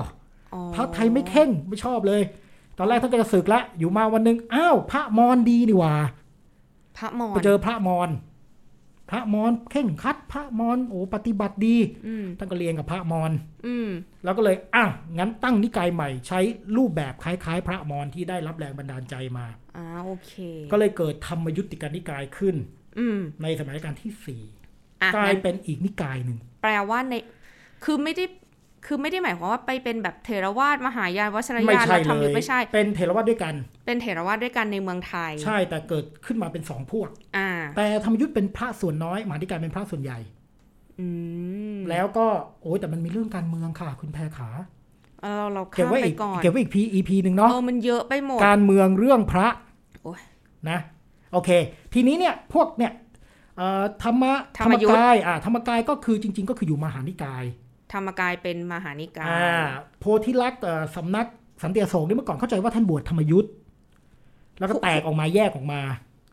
B: อ๋อ
C: พระไทยไม่เข่งไม่ชอบเลย ตอนแรกท่านก็จะศึกละอยู่มาวันหนึ่งอ้าวพระมอญดีนี่หว่า
B: พระมอ
C: ไป
B: ญ
C: เจอพระมอญพระมอญเข่งครัด พระมอญโอ้ปฏิบัติดี
B: อืม
C: ท่านก็เรียนกับพระมอญ
B: อืม
C: แล้วก็เลยอ้าวงั้นตั้งนิกายใหม่ ใช้รูปแบบคล้ายๆ พระมอญที่ได้รับแรงบันดาลใจมา
B: อ่าโอเค
C: ก็เลยเกิดธรรมยุติกนิกายขึ้น
B: อืม
C: ในสมัยรัชกาลที่สี่
B: อ่ะ
C: กลาย
B: งั้น
C: เป็นอีกนิกายหนึ่ง
B: แปลว่าใน คือไม่ได้ คือไม่ได้หมายความว่าไปเป็นแบบเถรวาทมหายานวัชร
C: ไม่
B: ยาน
C: ใช่
B: แล้ว
C: เล
B: ทำยุ
C: ย
B: ทธไม่ใช่
C: เป็นเถรวาทด้วยกัน
B: เป็นเถรวาทด้วยกันในเมืองไทย
C: ใช่แต่เกิดขึ้นมาเป็นสองพวก
B: อ่า
C: แต่ธรรมยุทธเป็นพระส่วนน้อยมหานิกายเป็นพระส่วนใหญ่
B: อืม
C: แล้วก็โอ้ยแต่มันมีเรื่องการเมืองค่ะ คุณแพรขา
B: เออเรา
C: เก็บ
B: ข้าม
C: ไว้
B: ไป
C: อีก
B: ก่อน
C: เก็บไว้อีกพีอีพีหนึ่ง
B: เอ
C: เนาะ
B: อมันเยอะไปหมด
C: การเมืองเรื่องพระ
B: โอ้ย
C: นะโอเค ทีนี้เนี่ยพวกเนี่ยเอ่อธรรมะ
B: ธรรมยุทธ
C: กายอ่าธรรมกายก็คือจริง ๆ ก็คืออยู่มหานิกาย
B: ธรรมกายเป็นมหานิกาย
C: อ่าโพธิลักษณ์เอ่อสำนักสันติอโศกนี่เมื่อก่อนเข้าใจว่าท่านบวชธรรมยุทธแล้วก็แตกออกมาแยกออกมา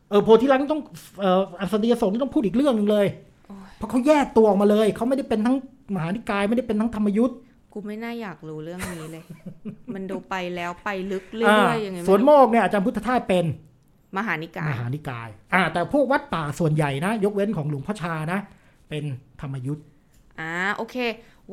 C: เออโพธิลักษณ์นี่ต้องเอ่อสันติอโศกนี่ต้องพูดอีกเรื่องหนึงเลย
B: โอ้ย
C: เพราะเขาแยกตัวออกมาเลยเขาไม่ได้เป็นทั้งมหานิกายไม่ได้เป็นทั้งธรรมยุทธ
B: กูไม่น่าอยากรู้เรื่องนี้ เลย มันดูไปแล้วไปลึกเรื่
C: อ่า
B: อยๆยังไง
C: สวน
B: ไม่
C: โม
B: รู้
C: กเนี่ยอาจารย์พุทธทาสเป็น
B: มหานิกาม ย
C: หานิกายอ่าแต่พวกวัดป่าส่วนใหญ่นะ ยกเว้นของหลวงพ่อชานะ เป็นธรรมยุทธ์
B: อ่าโอเค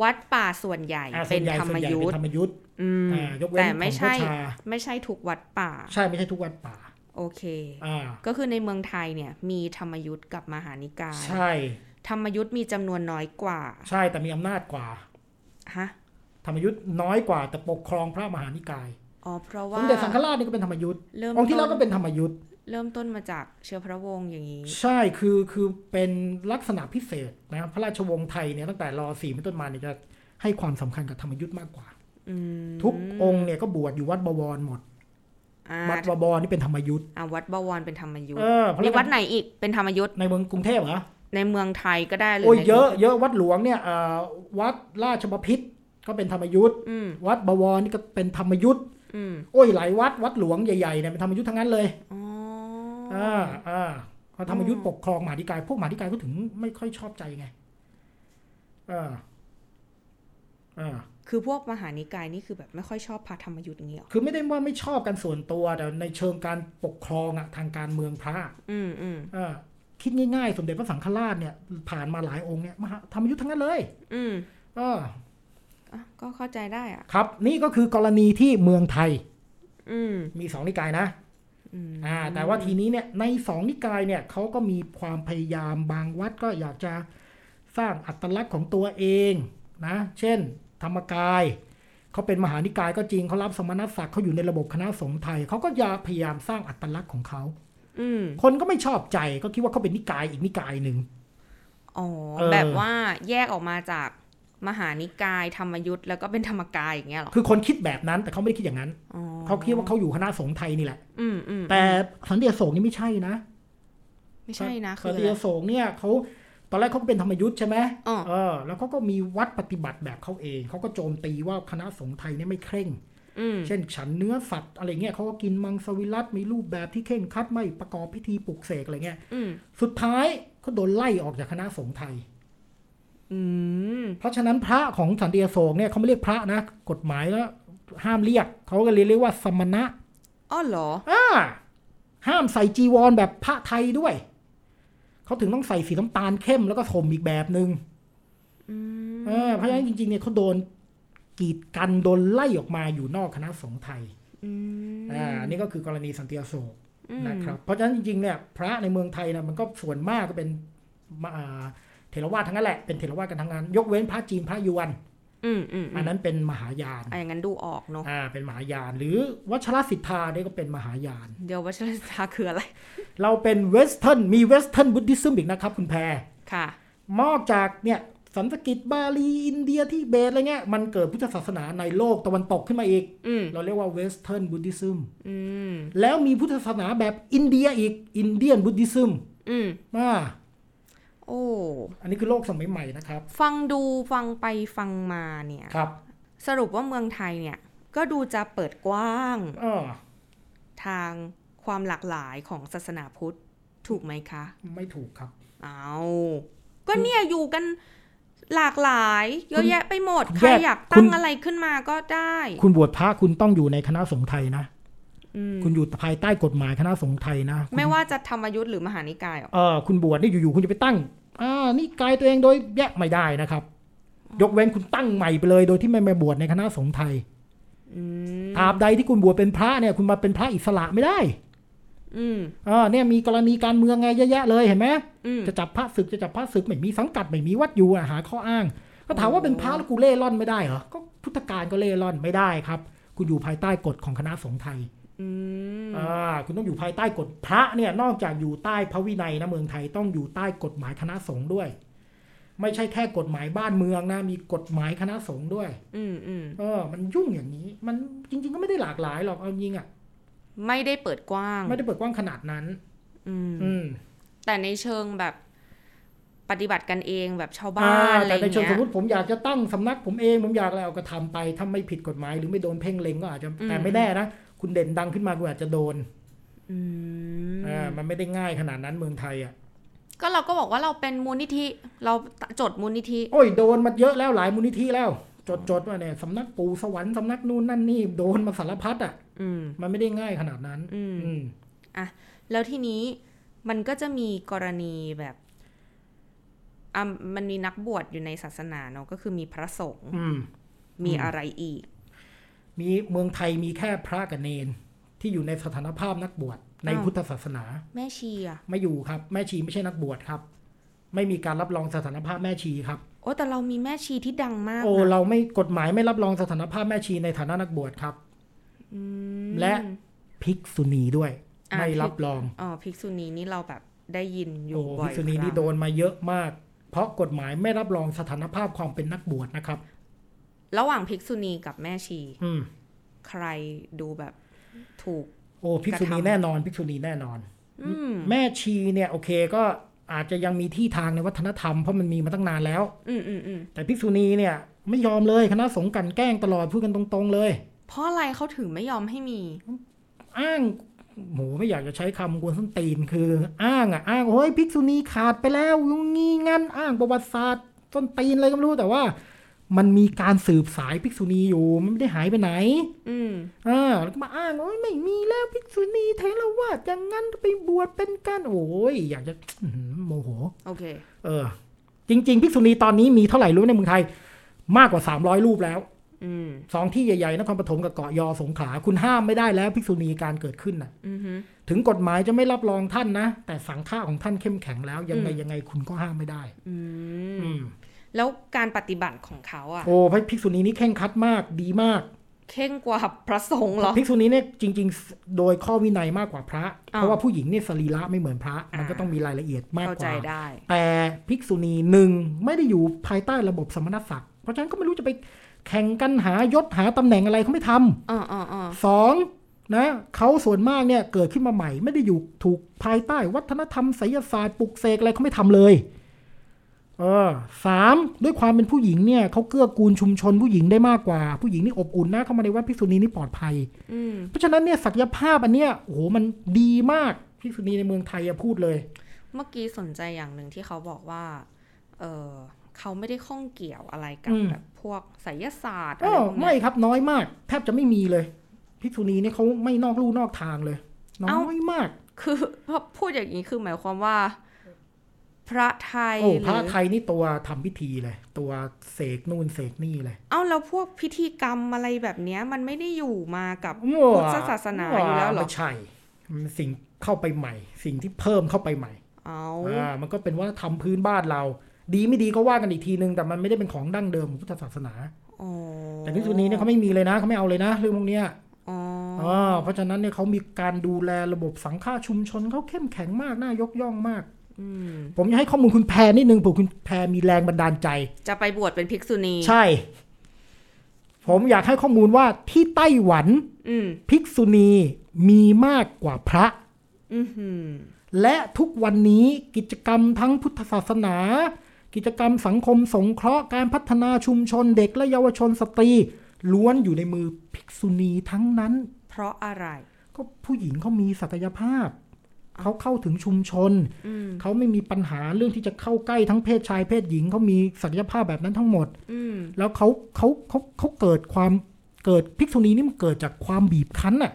B: วัดป่าส่วนใหญ่
C: อ่าส่
B: เป็
C: วนนใหญ่
B: ธร
C: ส่
B: ร
C: ว
B: ม
C: นใหญ่
B: ยุท
C: เป็น
B: ธ
C: ธรรมยุทธ์
B: อืม
C: อ่ายกเว้น
B: แต่
C: ของหลว
B: ไม่
C: งพ่อ
B: ใช่
C: ชา
B: ไม่ใช่ทุกวัดป่า
C: ใช่ไม่ใช่ทุกวัดป่า
B: โอเค
C: อ่า
B: ก็คือในเมืองไทยเนี่ย มีธรรมยุทธกับมหานิกาย
C: ใช่
B: ธรรมยุทธมีจำนวนน้อยกว่า
C: ใช่แต่มีอำนาจกว่า
B: ฮะ
C: ธรรมยุทธ์น้อยกว่าแต่ปกครองพระมหานิกาย
B: อ๋อเพราะ
C: ส
B: ว่าม
C: เด็จสังฆราชนี่ก็เป็นธรรมยุทธ์
B: เริ่ม
C: องค์ที่แล้ว
B: ต้
C: ก็
B: น
C: เป็นธรรมยุทธ์
B: เริ่มต้นมาจากเชื้อพระวงศ์อย่างนี้
C: ใช่คือคือเป็นลักษณะพิเศษนะพระราชวงศ์ไทยเนี่ยตั้งแต่รอสี่เป็นต้นมาเนี่ยจะให้ความสำคัญกับธรรมยุทธ์มากกว่า
B: อืม
C: ทุกองค์เนี่ยก็บวชอยู่วัดบวรหมด
B: อ่า
C: วัดบวรนี่เป็นธรรมยุทธ์
B: อ่าวัดบวรเป็นธรรมยุทธ
C: เออเพราะ
B: มี
C: ฉะ
B: วัด
C: นั้น
B: ไหนอีกเป็นธรรมยุทธ
C: ในเมืองกรุงเทพเหรอ
B: ในเมืองไทยก็ได้หรื
C: โอ้ย
B: ใน
C: เยอะเยอะวัดหลวงเนี่ยเอ่อวัดราชบพิตรก็เป็นธรรมยุทธ์
B: อืม
C: วัดบวรนี่ก็เป็นธรรมยุทธ์
B: อืม
C: โอ้ยหลายวัดวัดหลวงใหญ่ๆเนี่ยเป็นธรรมยุทธ์ทั้งนั้นเลย
B: อ๋ออ
C: อ่าอ่าเพราะธรรมยุทธ์
B: อืม
C: ปกครองมหาธิกายพวกมหาธิกายก็ถึงไม่ค่อยชอบใจไงเอ่าอ่า
B: คือพวกมหานิกายนี่คือแบบไม่ค่อยชอบพระธรรมยุทธ์อย่างเงี้ยหรอ
C: คือไม่ได้ว่าไม่ชอบกันส่วนตัวแต่ในเชิงการปกครองอะทางการเมืองพระ
B: อืมอืม
C: เออคิดง่ายๆ สมเด็จพระสังฆราชเนี่ยผ่านมาหลายองค์เนี่ยมหาธรรมยุทธ์ทั้งนั้นเลย
B: อืม
C: เออ
B: อ่ะก็เข้าใจได้อ่ะ
C: ครับ นี่ก็คือกรณีที่เมืองไทย
B: อืม
C: มีสองนิกายนะ
B: อืม
C: อ่าแต่ว่าทีนี้เนี่ยในสองนิกายเนี่ยเขาก็มีความพยายามบางวัดก็อยากจะสร้างอัตลักษณ์ของตัวเองนะเช่น ธรรมกายเขาเป็นมหานิกายก็จริงเขารับสมณศักดิ์เขาอยู่ในระบบคณะสงฆ์ไทยเขาก็อยากพยายามสร้างอัตลักษณ์ของเขา
B: อืม
C: คนก็ไม่ชอบใจก็คิดว่าเขาเป็นนิกายอีกนิกายหนึ่ง
B: อ๋อ
C: เออ
B: แบบว่าแยกออกมาจากมหานิกายธรรมยุทธ์แล้วก็เป็นธรรมกายอย่างเงี้ยหรอ
C: คือคนคิดแบบนั้นแต่เขาไม่ได้คิดอย่างนั้น
B: อ๋อ
C: เขาคิดว่าเขาอยู่คณะสงฆ์ไทยนี่แหละ
B: อืมอืม
C: แต่สันติอโศกนี่ไม่ใช่นะ
B: ไม่ใช่นะคื
C: สั
B: อน อะ
C: ติ
B: ไร
C: อโศกเนี่ยเขาตอนแรกเขาก็เป็นธรรมยุทธ์ใช่ไหม
B: อ่า
C: เออ แล้วเขาก็มีวัดปฏิบัติแบบเขาเองเขาก็โจมตีว่าคณะสงฆ์ไทยเนี่ยไม่เคร่ง
B: อืม
C: เช่น ฉันเนื้อสัตว์อะไรเงี้ยเขาก็กินมังสวิรัตมีรูปแบบที่เคร่งครัดไม่ประกอบพิธีปลุกเสกอะไรเงี้ย
B: อืม
C: สุดท้ายก็โดนไล่ออกจากคณะสงฆ์ไทย
B: อืม
C: เพราะฉะนั้นพระของสันติอโศกเนี่ยเขาไม่เรียกพระนะ กฎหมายก็ห้ามเรียกเขาก็เลยเรียกว่าสมณะ
B: อ๋อเหรอ
C: อ่าห้ามใส่จีวรแบบพระไทยด้วย เขาถึงต้องใส่สีน้ำตาลเข้มแล้วก็ห่มอีกแบบหนึง่ง
B: อืม
C: เออเพราะฉะนั้นจริงๆเนี่ยเขาโดนกีดกันโดนไล่ออกมาอยู่นอกคณะสงฆ์ไทย
B: อืม
C: อ่านี่ก็คือกรณีสันติอโศก
B: อืม
C: นะครับ เพราะฉะนั้นจริงๆเนี่ยพระในเมืองไทยนะมันก็ส่วนมากก็เป็นมาอ่าเถรวาททั้งนั้นแหละเป็นเถรวาทกันทั้งนั้นยกเว้นพระจีนพระยวน
B: อืมอืม
C: อันนั้นเป็นมหายาน
B: อ่ะอย่างนั้นดูออกเนาะ
C: อ่าเป็นมหายาน หรือวัชรสิทธาเนี่ยก็เป็นมหายาน
B: เดี๋ยววัชรศาคืออะไร
C: เราเป็นเวสเทิร์นมีเวสเทิร์นบุติซึมอีกนะครับคุณแพร
B: ค่ะ
C: นอกจากเนี่ยสันสกิตบาลีอินเดียที่เบตอะไรเงี้ยมันเกิดพุทธศาสนาในโลกตะวันตกขึ้นมาอีก
B: อืม
C: เราเรียกว่าเวสเทิร์นบุติซึม
B: อืม
C: แล้วมีพุทธศาสนาแบบอินเดียอีกอินเดียนบุติซึม
B: อืม
C: อ่า
B: โอ โอ้
C: อันนี้คือโลกสมัยใหม่นะครับ
B: ฟังดูฟังไปฟังมาเนี่ย
C: ครับ
B: สรุปว่าเมืองไทยเนี่ย ก็ดูจะเปิดกว้าง
C: เออ
B: ทางความหลากหลายของศาสนาพุทธ ถูกไหมคะ
C: ไม่ถูกครับ
B: เอาก็เนี่ยอยู่กันหลากหลาย เยอะแยะไปหมด
C: คุณ
B: ใคร
C: แยก
B: อยาก
C: คุ
B: ตั้ง
C: ณ
B: อะไรขึ้นมาก็ได้
C: คุณบวชพระคุณต้องอยู่ในคณะสงฆ์ไทยนะ
B: อืม
C: คุณอยู่ภายใต้กฎหมายคณะสงฆ์ไทยนะคุณ
B: ไม่ว่าจะธรรมยุทธ์หรือมหานิกายหรอก
C: เออคุณบวชนี่อยู่ๆคุณจะไปตั้งอ่านี่กายตัวเองโดยแยกไม่ได้นะครับ ยกเว้นคุณตั้งใหม่ไปเลยโดยที่ไม่มาบวชในคณะสงฆ์ไทย
B: อืม
C: ตราบใดที่คุณบวชเป็นพระเนี่ยคุณมาเป็นพระอิสระไม่ได้
B: อืม
C: อ่าเนี่ยมีกรณีการเมืองไงเยอะแยะเลยเห็นไหม
B: อืม
C: จะจับพระศึกจะจับพระศึกไม่มีสังกัดไม่มีวัดอยู่อะหาข้ออ้าง ก็ถามว่าเป็นพระแล้วกูเล่ร่อนไม่ได้เหรอก็พุทธการก็เล่ร่อนไม่ได้ครับ คุณอยู่ภายใต้กฎของคณะสงฆ์ไทย
B: อืม
C: อ่าคุณต้องอยู่ภายใต้กฎพระเนี่ยนอกจากอยู่ใต้พระวินัยนะเมืองไทยต้องอยู่ใต้กฎหมายคณะสงฆ์ด้วย ไม่ใช่แค่กฎหมายบ้านเมืองนะมีกฎหมายคณะสงฆ์ด้วย
B: อืมอืม
C: เออมันยุ่งอย่างนี้ มันจริง ๆ ก็ไม่ได้หลากหลายหรอกเอายิงอ่ะ
B: ไม่ได้เปิดกว้าง
C: ไม่ได้เปิดกว้างขนาดนั้น
B: อืม
C: อืม
B: แต่ในเชิงแบบปฏิบัติกันเองแบบชาวบ้านอะไร
C: แต่
B: อ
C: ใน
B: ย่าง
C: เชิงส
B: เงี้
C: ม
B: ย
C: มติผมอยากจะตั้งสำนักผมเอง ผมอยากอะไรเอากระทำไปถ้าไม่ผิดกฎหมายหรือไม่โดนเพ่งเล็งก็อาจจะ
B: อืม
C: แต่ไม่แน่นะคุณเด่นดังขึ้นมาคุณอาจจะโดน
B: อืม
C: อ่ามันไม่ได้ง่ายขนาดนั้นเมืองไทยอ่ะ
B: ก็เราก็บอกว่าเราเป็นมูลนิธิ เราจดมูลนิธิ
C: โอ้ยโดนมาเยอะแล้วหลายมูลนิธิแล้ว จดจดมาเนี่ยสำนักปู่สวรรค์สำนักนู่นนั่นนี่โดนมาสารพัดอ่ะ
B: อืม
C: มันไม่ได้ง่ายขนาดนั้น
B: อืม
C: อืม
B: แล้วทีนี้มันก็จะมีกรณีแบบอ่ะมันมีนักบวชอยู่ในศาสนาเนาะก็คือมีพระสงฆ์
C: อืม
B: มีอะไรอีก
C: มีเมืองไทยมีแค่พระกับเนนที่อยู่ในสถานภาพนักบวชใน
B: อ้าว
C: พุทธศาสนา
B: แม่ชีอะ
C: ไม่อยู่ครับ แม่ชีไม่ใช่นักบวชครับ ไม่มีการรับรองสถานภาพแม่ชีครับ
B: โอ้แต่เรามีแม่ชีที่ดังมาก
C: โอ้
B: นะ
C: เราไม่กฎหมายไม่รับรองสถานภาพแม่ชีในฐานะนักบวชครับ
B: อืม
C: และ ภิกษุณีด้วย
B: อ่า
C: ไม่รับรอง
B: อ๋อภิกษุณีนี่เราแบบได้ยินอยู่
C: โอ้
B: บ่
C: ภิ
B: อก ย
C: ษุณี
B: ครั้
C: นี่
B: ง
C: โดนมาเยอะมาก เพราะกฎหมายไม่รับรองสถานภาพความเป็นนักบวชนะครับ
B: ระหว่างภิกษุณีกับแม่ชี
C: อืม
B: ใครดูแบบถูก
C: โอ้ภิกษุณี
B: กระทำ
C: แน่นอนภิกษุณีแน่นอน
B: อืม
C: แม่ชีเนี่ยโอเคก็อาจจะยังมีที่ทางในวัฒนธรรมเพราะมันมีมาตั้งนานแล้ว
B: อืมอืมอืม
C: แต่ภิกษุณีเนี่ยไม่ยอมเลยคณะสงฆ์กลันแกล้งตลอดพูดกันตรงๆเลย
B: เพราะอะไรเขาถึงไม่ยอมให้มี
C: อ้างโหไม่อยากจะใช้คำกวนส้นตีนคือ อ้างอ่ะอ้างโอ้ยภิกษุณีขาดไปแล้วยุงงี้งั้นอ้างประวัติศาสตร์ต้นตีนอะไรก็ไม่รู้แต่ว่า มันมีการสืบสายภิกษุณีอยู่มันไม่ได้หายไปไหน
B: อืม
C: อ่าแล้วก็มาอ้างโอ้ยไม่มีแล้วภิกษุณีเทรวาสอย่างนั้นไปบวชเป็นกันโอ้ยอยากจะอื้อหือโมโห
B: โอเค
C: เออ จริง ๆ ภิกษุณีตอนนี้มีเท่าไหร่รู้ไหมในเมืองไทย มากกว่า 300 รูปแล้ว
B: อืม
C: สองที่ใหญ่ๆนครปฐมกับเกาะยอสงขลาคุณห้ามไม่ได้แล้วภิกษุณีการเกิดขึ้นน่ะ
B: อือฮึ
C: ถึงกฎหมายจะไม่รับรองท่านนะ แต่สังฆาของท่านเข้มแข็งแล้ว ยังไง
B: อืม
C: ยังไงคุณก็ห้ามไม่ได้
B: อืม
C: อืม
B: แล้วการปฏิบัติของเขาอะ
C: โอ้พระภิกษุณีนี่เข่งครัดมากดีมาก
B: เข่งกว่าพระสงฆ์เหรอ
C: ภิกษุณีเนี่ยจริงๆ โดยข้อวินัยมากกว่าพระ
B: อ้าว
C: เพราะว่าผู้หญิงเนี่ยสรีระไม่เหมือนพระ มันก็
B: อ่า
C: ต้องมีรายละเอียดมาก
B: เข้าก ใจ
C: ว่า
B: ได้
C: แต่ภิกษุณีหนึ่งไม่ได้อยู่ภายใต้ระบบสมณศักดิ์เพราะฉะนั้นก็ไม่รู้จะไปแข่งกันหายศหาตำแหน่งอะไรเขาไม่ท
B: อ่าอ่าอ่า
C: ำสองนะเขาส่วนมากเนี่ยเกิดขึ้นมาใหม่ ไม่ได้อยู่ถูกภายใต้วัฒนธรรมไสยศาสตร์ปลุกเสกอะไรเขาไม่ทำเลยเออสามด้วยความเป็นผู้หญิงเนี่ยเขาเกื้อกูลชุมชนผู้หญิงได้มากกว่า ผู้หญิงนี่อบอุ่นนะเข้ามาในวัดภิกษุณีนี่ปลอดภัย
B: อืม
C: เพราะฉะนั้นเนี่ยศักยภาพอันเนี้ยโอ้โหมันดีมากภิกษุณีในเมืองไทยอะพูดเลย
B: เมื่อกี้สนใจอย่างหนึ่งที่เขาบอกว่า เออเขาไม่ได้ข้องเกี่ยวอะไรกั
C: อื
B: บ
C: ม
B: แบบพวกไสยศาสตร์อะ
C: อ๋
B: ไร
C: อ
B: พวกเนี้
C: ไม่
B: ย
C: ครับน้อยมาก แทบจะไม่มีเลยภิกษุณีเนี่ยเขาไม่นอกลู่นอกทางเลย น้
B: เอ้า
C: อยมาก
B: คือ พอพูดอย่างนี้คือหมายความว่า พระไทย
C: โอ้
B: ห
C: พระ
B: รือ
C: ไทยนี่ตัวทำพิธีเลย ตัวเสกนู่นเสกนี่เลย
B: เอ้าแล้วพวกพิธีกรรมอะไรแบบเนี้ย มันไม่ได้อยู่มากับ
C: โอ้
B: พุทธศาสนาอยู่แล้วเหรอ
C: ไม่ใช่มันสิ่งเข้าไปใหม่ สิ่งที่เพิ่มเข้าไปใหม่
B: เอา
C: อ่ามันก็เป็นวัฒนธรรมพื้นบ้านเรา ดีไม่ดีก็ว่ากันอีกทีนึง แต่มันไม่ได้เป็นของดั้งเดิมของพุทธศาสนา
B: อ๋อ
C: แต่ภิกษุณีเนี่ยเขาไม่มีเลยนะเขาไม่เอาเลยนะเรื่องพวกเนี้ย
B: อ๋ออ
C: อ่าเพราะฉะนั้นเนี่ยเขามีการดูแลระบบสังฆาชุมชนเขาเข้มแข็งมาก น่ายกย่องมาก
B: อืม
C: ผมจะให้ข้อมูลคุณแพรนิดนึงเผื่อคุณแพรมีแรงบันดาลใจ
B: จะไปบวชเป็นภิกษุณี
C: ใช่ ผมอยากให้ข้อมูลว่าที่ไต้หวัน
B: อืม
C: ภิกษุณีมีมากกว่าพระ
B: อือหือ
C: และทุกวันนี้กิจกรรมทั้งพุทธศาสนา กิจกรรมสังคมสงเคราะห์การพัฒนาชุมชนเด็กและเยาวชนสตรี ล้วนอยู่ในมือภิกษุณีทั้งนั้น
B: เพราะอะไร
C: ก็ผู้หญิงเขามีศักยภาพ เขาเข้าถึงชุมชน
B: อืม
C: เขาไม่มีปัญหาเรื่องที่จะเข้าใกล้ทั้งเพศชายเพศหญิงเขามีศักยภาพแบบนั้นทั้งหมด
B: อืม
C: แล้วเขาเขาเขาเขาเกิดความเกิดภิกษุณีนี่มันเกิดจากความบีบคั้นน่ะ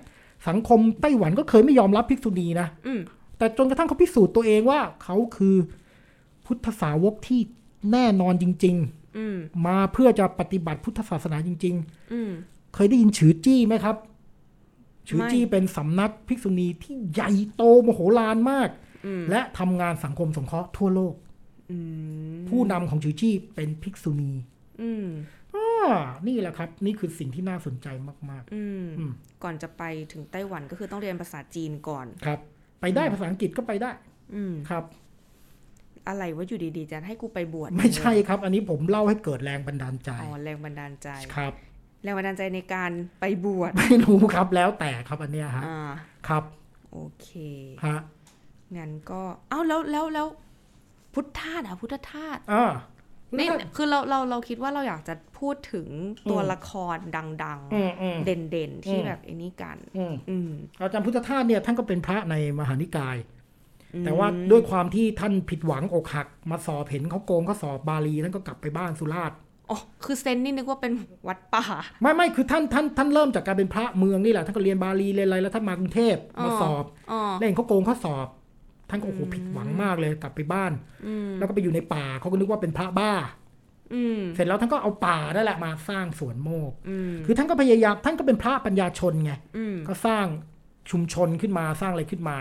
C: สังคมไต้หวันก็เคยไม่ยอมรับภิกษุณีนะ
B: อืม
C: แต่จนกระทั่งเขาพิสูจน์ตัวเองว่าเขาคือพุทธสาวกที่แน่นอนจริง
B: อืม
C: ๆ มาเพื่อจะปฏิบัติพุทธศาสนาจริง
B: อืม
C: ๆ เคยได้ยินฉือจี้ไหมครับฉือจี้
B: ไม่
C: เป็นสำนักภิกษุณีที่ใหญ่โตมโหฬารมาก
B: อืม
C: และทำงานสังคมสงเคราะห์ทั่วโลก
B: อืม
C: ผู้นำของฉือจี้เป็นภิกษุณี
B: อืม
C: อ่านี่แหละครับ นี่คือสิ่งที่น่าสนใจมาก
B: อืม
C: อืม
B: ก่อนจะไปถึงไต้หวันก็คือต้องเรียนภาษาจีนก่อน
C: ๆ ครับ ไปได้ภาษาอังกฤษก็ไปได้
B: อืม
C: ครับ
B: อะไรว่าอยู่ดีๆจะให้กูไปบวช
C: ไม่ใช่ครับ อันนี้ผมเล่าให้เกิดแรงบันดาลใจ
B: อ๋อแรงบันดาลใจ
C: ครับ
B: แรงบันดาลใจในการไปบวช
C: ไม่รู้ครับแล้วแต่ครับอันเนี้ยฮะ
B: อ่า
C: ครับ
B: โอเค
C: ฮะ
B: งั้นก็ เอ้าแล้วแล้วแล้วพุทธทาสอะพุทธทาส
C: อ่า
B: นี่ คือเราเราเราคิดว่าเราอยากจะพูดถึงตัวละครดัง
C: อืมอืม
B: ๆ เด่นๆ ที่
C: อืม
B: แบบไอ้นี้กัน
C: อืม
B: อืม
C: อาจารย์พุทธทาสเนี่ยท่านก็เป็นพระในมหานิกาย
B: อืม
C: แต่ว่าด้วยความที่ท่านผิดหวังอกหัก มาสอบเห็นเขาโกงเขาสอบบาลีท่านก็กลับไปบ้านสุราษฎร์
B: อ๋อคือเซนนี่นึกว่าเป็นวัดป่า
C: ไม่ไม่คือท่านท่านท่านเริ่มจากการเป็นพระเมืองนี่แหละท่านก็เรียนบาลีเรียนอะไรแล้วท่านมากรุงเทพ
B: อ๋อ
C: มาสอบ
B: อ๋อ
C: แล้วเห็นเขาโกงเขาสอบ ท่านก็โอ้โหผิดหวังมากเลยกลับไปบ้าน
B: อืม
C: แล้วก็ไปอยู่ในป่าเขาก็นึกว่าเป็นพระบ้า
B: อืม
C: เสร็จแล้วท่านก็เอาป่านั่นแหละมาสร้างสวนโมกข์
B: อืม
C: คือท่านก็พยายามท่านก็เป็นพระปัญญาชนไง
B: อืม
C: ก็สร้างชุมชนขึ้นมาสร้างอะไรขึ้นมา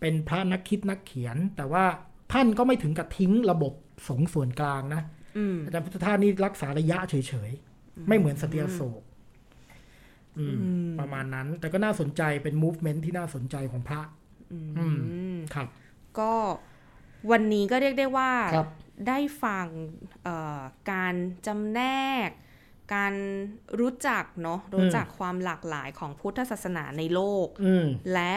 C: เป็นพระนักคิดนักเขียน แต่ว่าท่านก็ไม่ถึงกับทิ้งระบบสงฆ์ส่วนกลางนะ
B: อืม
C: อาจารย์พุทธทาสนี่รักษาระยะเฉยๆ ไม่เหมือนสเตียโศกอืมประมาณนั้น แต่ก็น่าสนใจเป็นมูฟเมนท์ที่น่าสนใจของพระ อืม
B: อืม
C: ครับ
B: ก็วันนี้ก็เรียกได้ว่า
C: ครับ
B: ได้ฟังเอ่อการจำแนก การรู้จักเนาะรู้จักความหลากหลายของพุทธศาสนาในโลก
C: อืม
B: และ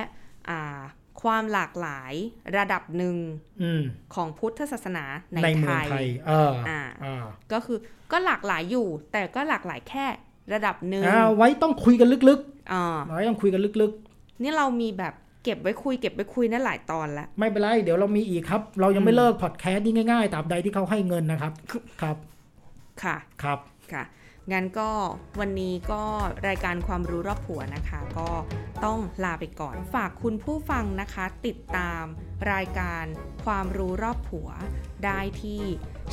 B: อ่าความหลากหลายระดับหนึ่ง
C: อืม
B: ของพุทธศาสนาใน
C: ใน
B: ไท
C: เมือง
B: ย
C: ไทย เออ
B: อ่า
C: อ่า
B: ก็คือก็หลากหลายอยู่ แต่ก็หลากหลายแค่ระดับหนึ่ง
C: อ่าไว้ต้องคุยกันลึก
B: อ่า
C: ๆไว้ต้องคุยกันลึกๆ
B: นี่เรามีแบบเก็บไว้คุยเก็บไว้คุยนั่นหลายตอนแล้ว
C: ไม่เป็นไร เดี๋ยวเรามีอีกครับ เรายังไม่เลิกพอดแคสต์นี่ง่ายๆตราบใดที่เขาให้เงินนะครับ ครับ
B: ค่ะ
C: ครับ
B: ค่ะงั้นก็วันนี้ก็รายการความรู้รอบผัวนะคะ ก็ต้องลาไปก่อนฝากคุณผู้ฟังนะคะ ติดตามรายการความรู้รอบผัวได้ที่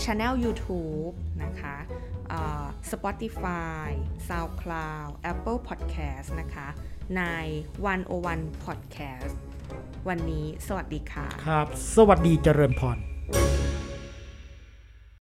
B: Channel YouTube นะคะเอ่อ Spotify SoundCloud Apple Podcast นะคะ ใน 101 Podcast วันนี้สวัสดีค่ะ
C: ครับ สวัสดีเจริญพร